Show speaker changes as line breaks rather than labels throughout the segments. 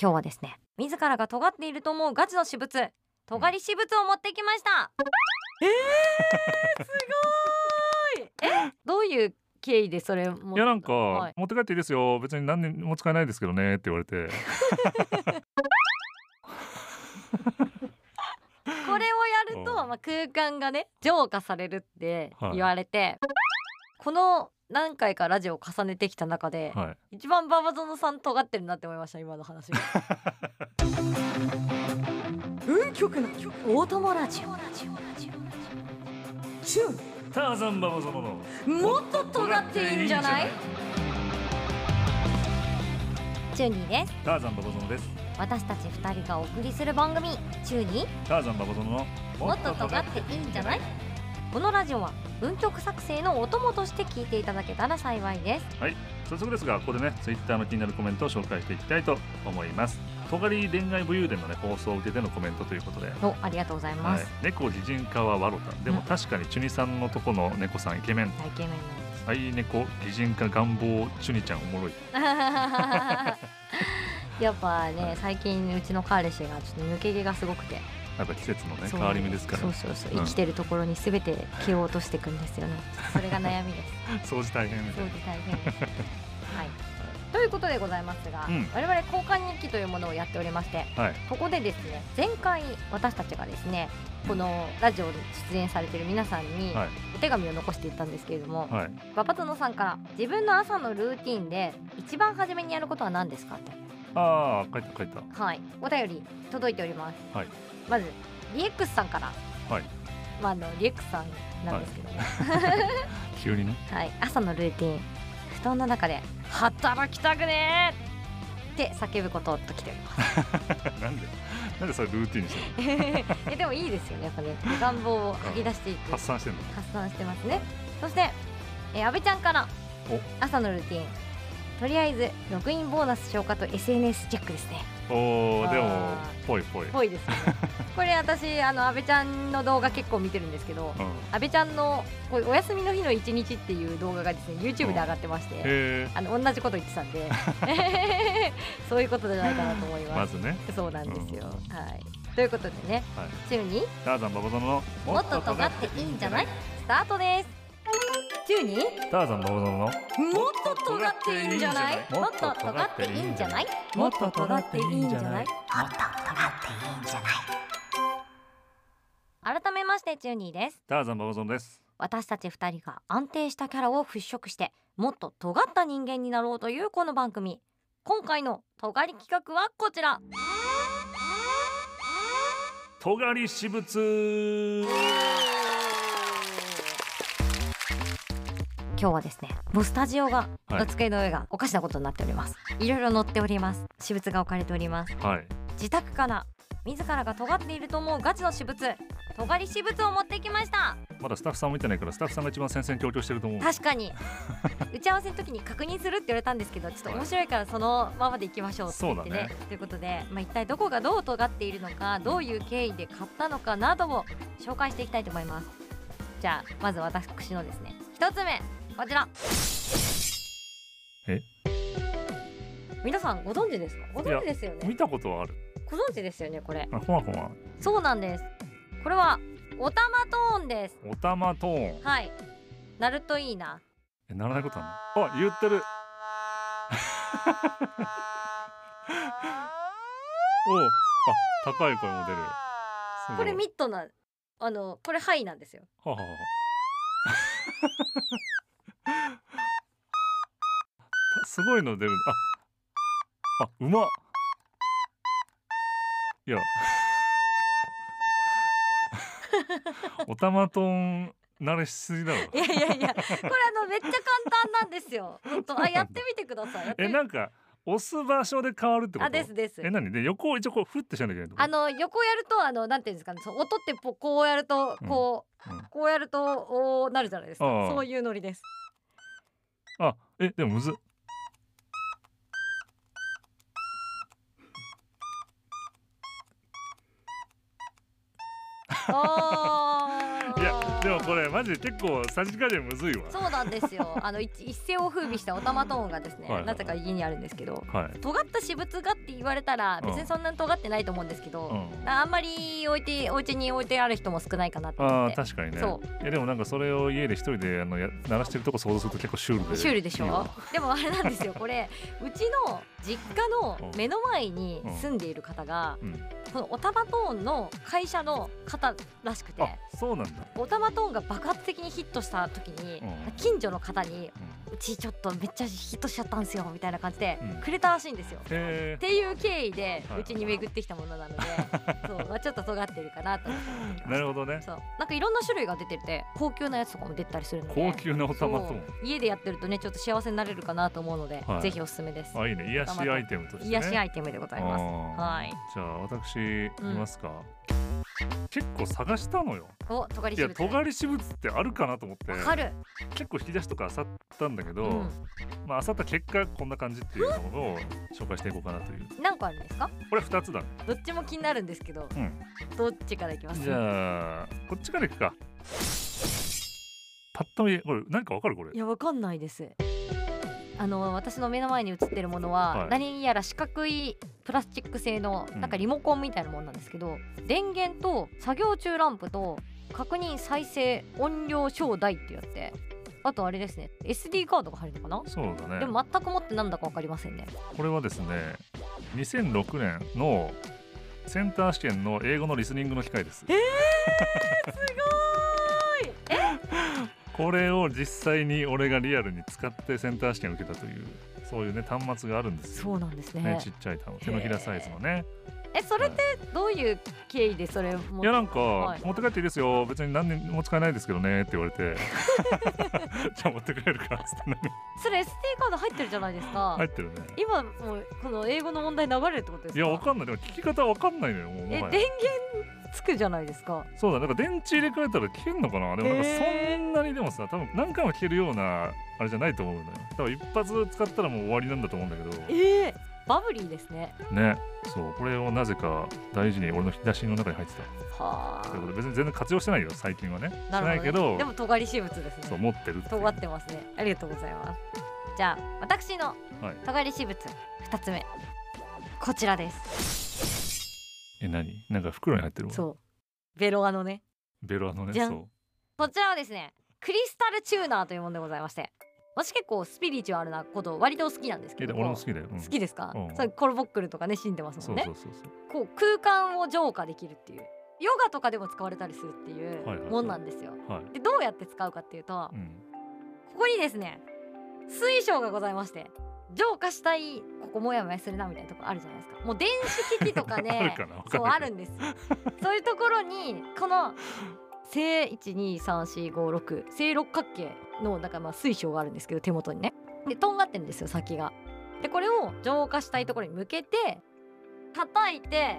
今日はですね自らが尖っていると思うガチの私物尖り私物を持ってきました、えー、すごーいえどういう経緯でそれ持った
いやなんか、
はい
持って帰っていいですよ別に何にも使えないですけどねって言われて
これをやると、
うん
まあ、空間がね浄化されるって
はい
言われて、この何回かラジオを重ねてきた中で、
はい
一番ババゾノさん尖ってるなって思いました今の話 が運極のオートモラジオチュン
ターザンババゾノの
もっと尖っていいんじゃないチューニーです
ターザンババゾノです
私たち二人がお送りする番組チューニー
ターザンババゾノの
もっと尖っていいんじゃないこのラジオは文曲作成のお供として聞いていただけたら幸いです
早速ですがここでねツイッターの気になるコメントを紹介していきたいと思います尖り恋愛武勇伝のね放送を受けてのコメントということで
おありがとうございま
は
す、
い、猫擬人化はワロタでも
うん
確かにチュニさんのとこの猫さんイケメン
イケメン
愛猫擬人化願望チュニちゃんおもろい
の やっぱね最近うちの彼氏がちょっと抜け毛がすごくて、
やっぱ季節の
そう
ね変
な
わ
ん
り目ですから
そうそうそう
う
生
ん
きてるところに全て毛を落としていくんですよね、それが悩みです
掃除大変み
す
た
ご
いな
く大変ですはい ということでございますが、
うん
我々交換日記というものをやっておりまして
はい
ここでですね前回私たちがですねこのラジオに出演されている皆さんに
はい
お手紙を残していったんですけれども、
はい
ババトノさんから自分の朝のルーティンで一番初めにやることは何ですかと
ああ書いた書いた
はいお便り届いております、
はい
まずリエックスさんから
はい
まああのリエックスさんなんですけどね、
急にね
はい、朝のルーティン布団の中で「働きたくねー!」って叫ぶことときております
なんでなんでそれルーティンにしてる
えでもいいですよねやっぱね願望を吐き出していく
発散してんの
発散してますねそしてえー阿部ちゃんから
お
朝のルーティンとりあえずログインボーナス消化と SNS チェックですね
おーでも
あ
ぽいぽい、うん、
ぽいです、ね、これ私あの阿部ちゃんの動画結構見てるんですけど阿部ちゃんのこうお休みの日の一日っていう動画がですね YouTube で上がってまして、
へえ
あの同じこと言ってたん でそういうことじゃないかなと思い
ま
ます。
ずね
そうなんですよ、はいということでね、
はい
週に
ターザンババゾノの
もっと尖っていいんじゃないスタートです週に
ターザンババゾノの
もっと尖っていいんじゃないも
も
っ
っ
と
と
尖
尖
っ
ってて
い
い
い
い
んじ
んじ
ゃ
ゃ
な
ないい
もっと尖っていいんじゃない改めましてチューニーです
ターザンババゾノです
私たち二人が安定したキャラを払拭してもっと尖った人間になろうというこの番組今回の尖り企画はこちら
尖り私物
今日はですねもうスタジオが、
はい
机の上がおかしなことになっておりますいろいろ載っております私物が置かれております
はい
自宅から自らが尖っていると思うガチの私物尖り私物を持ってきました
まだスタッフさんも見てないからスタッフさんが一番戦々恐々してると思う
確かに打ち合わせの時に確認するって言われたんですけどちょっと面白いからそのままでいきましょうって言ってね
そうだね
ということで、まあ、一体どこがどう尖っているのかどういう経緯で買ったのかなどを紹介していきたいと思いますじゃあまず私のですね一つ目こちら
え
皆さんご存知ですかご存知ですよね
見たことはある
ご存知ですよねこれ
あほわほわ
そうなんですこれはおたまトーンです
おたまトーン
はいなるといいな
えならないことあんのあ言ってる おうあ高い声も出るすごい
これミッドなあのこれハイなんですよ
はあは あはあすごいの出るああうまっ いやおたまとん慣れしすぎだろ
いやいやいやこれあのめっちゃ簡単なんです よ本当あやってみてくださいやって
え
みて
なんか押す場所で変わるってこと
あですです
え何で横を一応こうふってしなきゃいけないってこと
あの横やるとあのなんていうんですかねそう音ってぽこうやるとこう、
うんうん
こうやるとおーなるじゃないですか
ああ
そういうノリ です
あえでもむずっ
あー
いやでもこれマジで結構3時間でむずいわ
そうなんです よあの一一世を風靡したオタマトーンがですね、
はいはい
なぜか家にあるんですけど
はい、
尖った私物がって言われたら
うん
別にそんなに尖ってないと思うんですけ
う
ど、
ん、
あんまり置いてお家に置いてある人も少ないかなと思
あ
っ
ー
て
確かにね
そ
いやでもなんかそれを家で一人であのや鳴らしてるとこ想像すると結構シュールで
シュールでし
いい
ょ
わ
でもあれなんですよこれうちの実家の目の前に住んでいる方が
うん、
このオタマトーンの会社の方らしくて
あそうなんだ、
オタマトーンが爆発的にヒットした時に、
うん
近所の方に
う
「
ん
うちちょっとめっちゃヒットしちゃったんですよ」みたいな感じで
うん
くれたらしいんですよ。
え
っていう経緯で
はいう
ちに巡ってきたものな ので、そうまあ、ちょっと尖ってるかなと思って見て
ー、
ま
な
す
るほどね
そうなんかいろんな種類が出てて高級なやつとかも出てたりするので
高級なおたまと
そ
も
う家でやってるとねちょっと幸せになれるかなと思うので、
はい
ぜひおすすめです
あいいね癒しアイテムとして、ね、
癒しアイテムでございますは
はいじゃあ私いますか、結構探したのよ
お尖り
い
し
や
ぶつわ
尖り私物ってあるかなと思って
かる
結構引き出しとか漁ったんだけど、
うん
まあ漁った結果こんな感じっていうのを紹介していこうかなという
何個あるんですか
これ2つだね
どっちも気になるんですけど、
うん
どっちからいきます
じゃあこっちからいくかパッと見これ何かわかるこれ
いやわかんないですあの私の目の前に映ってるものは、
はい
何やら四角いプラスチック製の
うん
なんかリモコンみたいなものなんですけど、電源と作業中ランプと確認再生音量照大ってやってあとあれですね SD カードが入るのかな、
そうだね
でも全くもってなんだかわかりませんね
これはですね2006年のセンター試験の英語のリスニングの機会です
えすごーいえ
これを実際に俺がリアルに使ってセンター試験を受けたというそういうね端末があるんですよ
そうなんですね
ね、ちっちゃい端末手のひらサイズのね
えそれってどういう経緯でそれも
いやなんか、
はい
持って帰っていいですよ別に何年も使えないですけどねって言われて じゃあ持って帰るからっつって何
それ SD カード入ってるじゃないですか、
入ってるね
今もうこの英語の問題流れるってことです
い
か
やわかんないでも聞き方わかんないのよも
え
うも
電
はや
源つくじゃないですか
そうだなんか電池入れ替えたら聞けんのかなでもなんか
へー
そんなにでもさ多分何回も聞けるようなあれじゃないと思うのよ多分一発使ったらもう終わりなんだと思うんだけど
ええバブリーですね
ねそうこれをなぜか大事に俺の引き出しの中に入ってた
は
ということで別に全然活用してないよ最近はね
あ
してないけど
でも尖り私物です
そう
ね
持ってるっていう
尖ってますねありがとうございますじゃあ私の
はい
尖り私物二つ目こちらです
え何なんか袋に入ってるわ
そうベロアのね
ベロアのね
じゃん
そ
こちらはですねクリスタルチューナーというものでございまして私結構スピリチュアルなこと割と好きなんです
うえ
け
で
ど
も俺も好きだよ、うん
好きですか、
うん
それコルボックルとかね死んでますも
そ
ん
う
ね
そうそうそう
こう空間を浄化できるっていうヨガとかでも使われたりするってい
はいはいう
もんなんですよ。
はい、
でどうやって使うかっていうと
う
こ
ん、
こにですね水晶がございまして浄化したいここモヤモヤするなみたいなとこあるじゃないですかもう電子機器とか
ある
ね
か なわか
そ
ん
うあ
ないけど
るんですよそういうところにこの正123456正六角形のなんかまあ水晶があるんですけど手元にねでとんがってるんですよ先がでこれを浄化したいところに向けて叩いて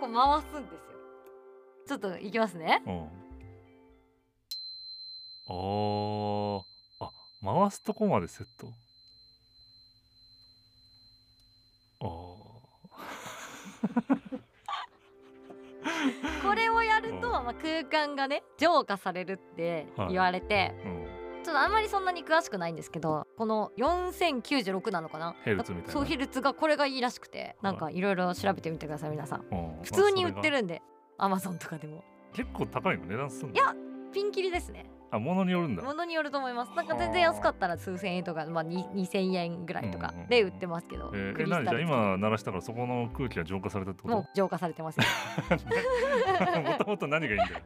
こう回すんですよちょっといきますね
うんおーあ回すとこまでセットあ
これをやると、
うん
まあ、空間がね浄化されるって言われて、
ーうん
ちょっとあんまりそんなに詳しくないんですけどこの4096なのかな
ヘルツみたいな
そうヘルツがこれがいいらしくてなんかいろいろ調べてみてください皆さん
うん
普通に売って
まあ
るんでアマゾンとかでも
それが結構高いの値段すんの
いやピンキリですね
あ物によるんだ
ものによると思いますなんか全然安かったら数千円とか、まあ、に2000円ぐらいとか
うんうんうん
で売ってますけど、
えー、
ク
え
リ
何
ス
じ
タ
ゃあ
ル
今鳴らしたからそこの空気が浄化されたってこと
もう浄化されてますよ
もともと何がいいんだよ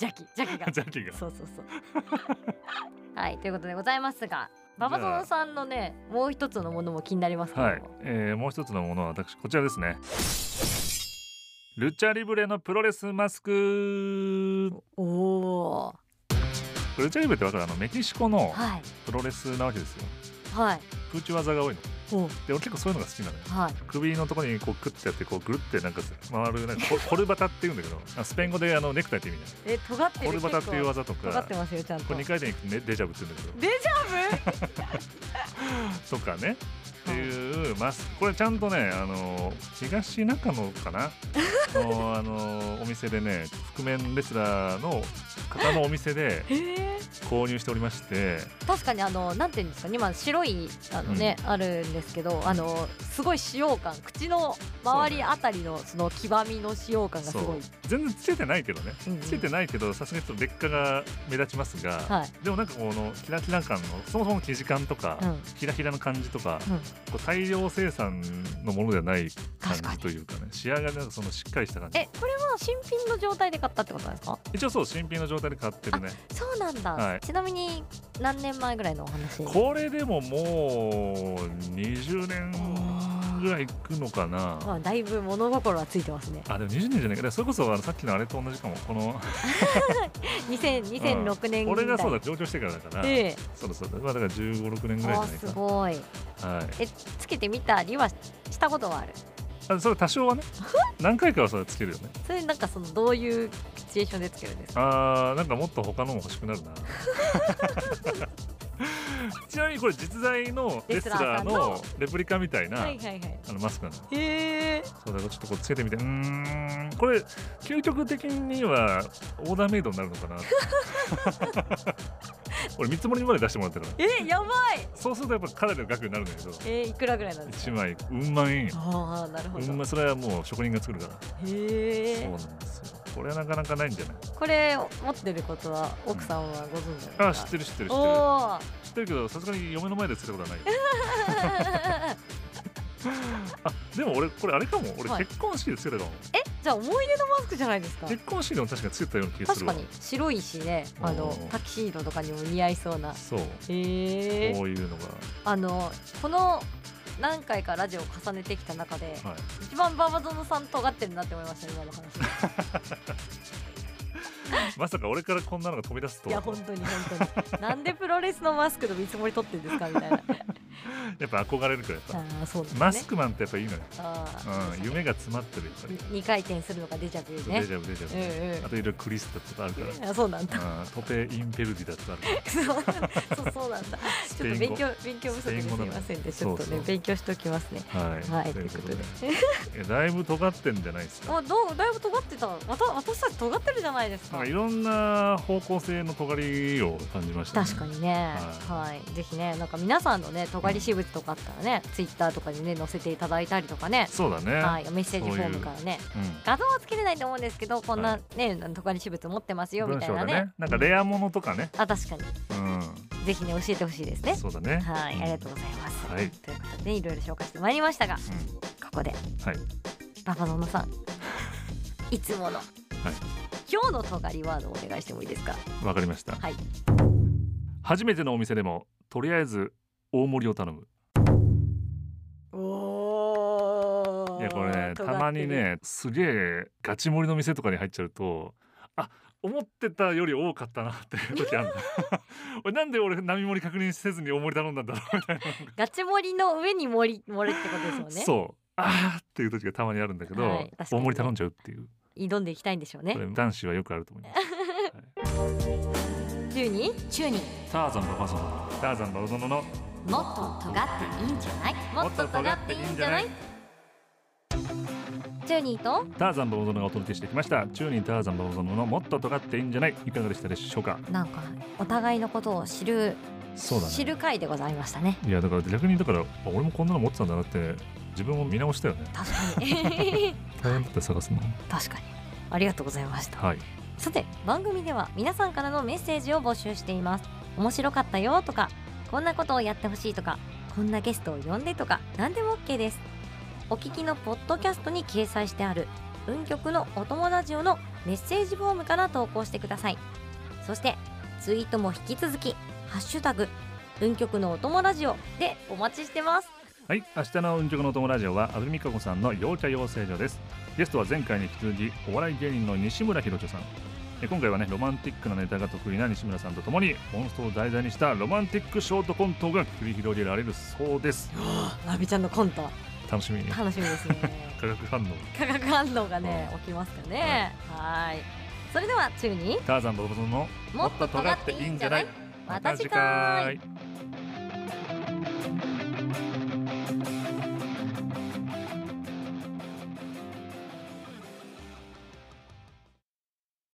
邪気 邪気が
ジャッキーが
そうそうそう。はい、ということでございますが、馬場園さんのね、もう一つのものも気になりますけども。
はい、えー、もう一つのものは私こちらですねルチャリブレのプロレスマスク
おお。
ルチャリブレってわかるあのメキシコの
はい。
プロレスなわけですよ
はい。
空中技が多いの
お
で俺結構そういうのが好きなのよ
はい。
首のところにこうクッてやってこうぐるってなんか回るな んかココルバタっていうんだけどあスペイン語であのネクタイって意味だ
え、尖ってる。
コルバタっていう
結
技と
構尖っ
か
てますよ、ちゃん。
ことれ2回転いくとねデジャブって言うんだけど
デジャブ。
とかね っていう、まあ、これちゃんとねあの東中野 かなのあのお店でね覆面レスラーの方のお店で
へえ
購入しておりまして
確かにあのなんていうんですかね今白いあのね、あるんですけどあのすごい使用感口の周りあたりのその黄ばみの使用感がす
そう
ごい、
全然つけてないけどね
うんうん
つけてないけどさすがにちょっと劣化が目立ちますが、
はい
でもなんかこのキラキラ感のそもそも生地感とか、
うんうん、
キラキラの感じとかこう大量生産のものではない感
確か
じ
に
というかね仕上がりなんかそのしっかりした感じ
えこれは新品の状態で買ったってことなんですか
一応そう新品の状態で買ってるね
そうなんだ、
はい
ちなみに何年前ぐらいのお話
これでももう20年ぐらいいくのか
ま
な
あ、だいぶ物心はついてますね
あでも20年じゃないかでそれこそあのさっきのあれと同じかもこの
2000 2006年
俺がそう
だ
だ上京してからだから、
ええ
そうそうだまあだから1 5 6年ぐ
あ
らいじゃ
ー
ない
す
か
ごい
はい
えつけてみたりはしたことはある
あそれ多少 はね何回かはそれつけるよね
それなんかそのどういうシチュエーションでつけるんですか
あーなんかもっと他のも欲しく なるなちなみにこれ実在のレスラ
レスラー
ーのレプリカみたいな、
はいはいはい
あのマスクなの
へえ
そうだからちょっとこうつけてみてうーんこれ究極的にはオーダーメイドになる のかな俺見積もりまで出してもらってるから
えやばい
そうするとやっぱかなりの額になるんだけど
えいくらぐらいなんですか
1枚うん万円よ
ああなるほ
う
ど、
んまそれはもう職人が作るから
へ
そう
え
なんですよこれはなかなかないんじゃない
これ持ってることは奥さんはご存知なんですか、
あ知ってる知ってる知ってる
おー
知ってるけどさすがに嫁の前でつけたことはないあでも俺これあれかも俺
はい
結婚式でつけたかも、
えじゃあ思い出のマスクじゃないですか
結婚式でも確かつけたような気がす
確
る
か
わ
に白いしねあの
うん
タキシードとかにも似合いそうな
そう
へえ
こういうのが
あのこの何回かラジオを重ねてきた中で、
はい
一番ババゾノさん尖ってるなって思いました今の話
まさか俺からこんなのが飛び出すと
いや本当に本当になんでプロレスのマスクの見積もり取ってるんですかみ たいな
やっぱ憧れるからやっぱ、
ああそうなんですね
マスクマンってやっぱいいのよ、
あ
う
あ
ん、夢が詰まってるやっぱり、
2回転するのがデジャブ
デ
ね
ジャブデジャブ、
うんうん
あといろいろクリスタとかあるから、
あそう なんだ
うんトペインペルディだとかあるから
そうそうなんだ
ス
ちょ
ペ
っと
イン
勉
語
強勉強不足ですいませんでちょっと
そう
ね
そう
勉強しておきますね
はい、
はい
ということで
という
えだいぶ尖ってんじゃないですか
あどうだいぶ尖ってたわた私たち尖ってるじゃないです
なん
か
かいろんな方向性の尖りを感じました、ね、
確かにね、は、
はい
ぜひね、なんか皆さんのね、尖り私物とかあったらね、ツイッターとかにね、載せていただいたりとかね。
そうだね、
はい、メッセージフォームからね、
うん
画像はつけれないと思うんですけど、こん
は
なね、尖り私物持ってますよみ
文
たい
章
な
だ
ね。
ねなんかレアものとかね、
あ、確かに、
う
ぜひね、教えてほしいですね
ん、。そうだね
はい、ありがと
う
うございます。
はい
ということで、いろいろ紹介してまいりましたが、こ
ん、
こで、
はい
ババゾノさ ん。いつもの、今日の尖りワードをお願いしてもいいですか。
わかりました、
はい
初めてのお店でもとりあえず大盛りを頼む
お
いやこれねたまに。ねすげえガチ盛りの店とかに入っちゃうとあ思ってたより多かったなっていう時ある 俺なんで俺並盛り確認せずに大盛り頼んだんだろうみたいな
ガチ盛りの上に盛り盛るってことですもんね。
そうあーっていう時がたまにあるんだけど、
はい確かに
大盛り頼んじゃうっていう
挑んでいきたいんでしょうね
こ。れ男子はよくあると思いま す
中に中に
ターザンババゾノターザンババゾノの
もっと尖っていいんじゃない？もっと尖っていいんじゃない？中にと
ターザンババゾノがお届けしてきました中にターザンババゾノのもっと尖っていいんじゃないいかがでしたでしょうか
なんかお互いのことを知る、
そうだね
知る会でございましたね。
いやだから逆にだからあ俺もこんなの持ってたんだなって自分を見直したよね
確かに
大変だった探すの
確かにありがとうございました。
はい
さて番組では皆さんからのメッセージを募集しています面白かったよとかこんなことをやってほしいとかこんなゲストを呼んでとか何でも OK ですお聞きのポッドキャストに掲載してある運極のお友ラジオのメッセージフォームから投稿してくださいそしてツイートも引き続きハッシュタグ運極のお友ラジオでお待ちしてます
はい明日の運極のお友ラジオは安住美香子さんの陽茶養成所ですゲストは前回に引き続きお笑い芸人の西村博之さんえ今回はねロマンティックなネタが得意な西村さんとともにモンストを題材にしたロマンティックショートコントが繰り広げられるそうです
ラビちゃんのコント
楽しみに
楽しみですね
化学反応
化学反応がね起きますよねはいそれでは中に
ターザンババゾノの
もっと尖っていいんじゃないまた次回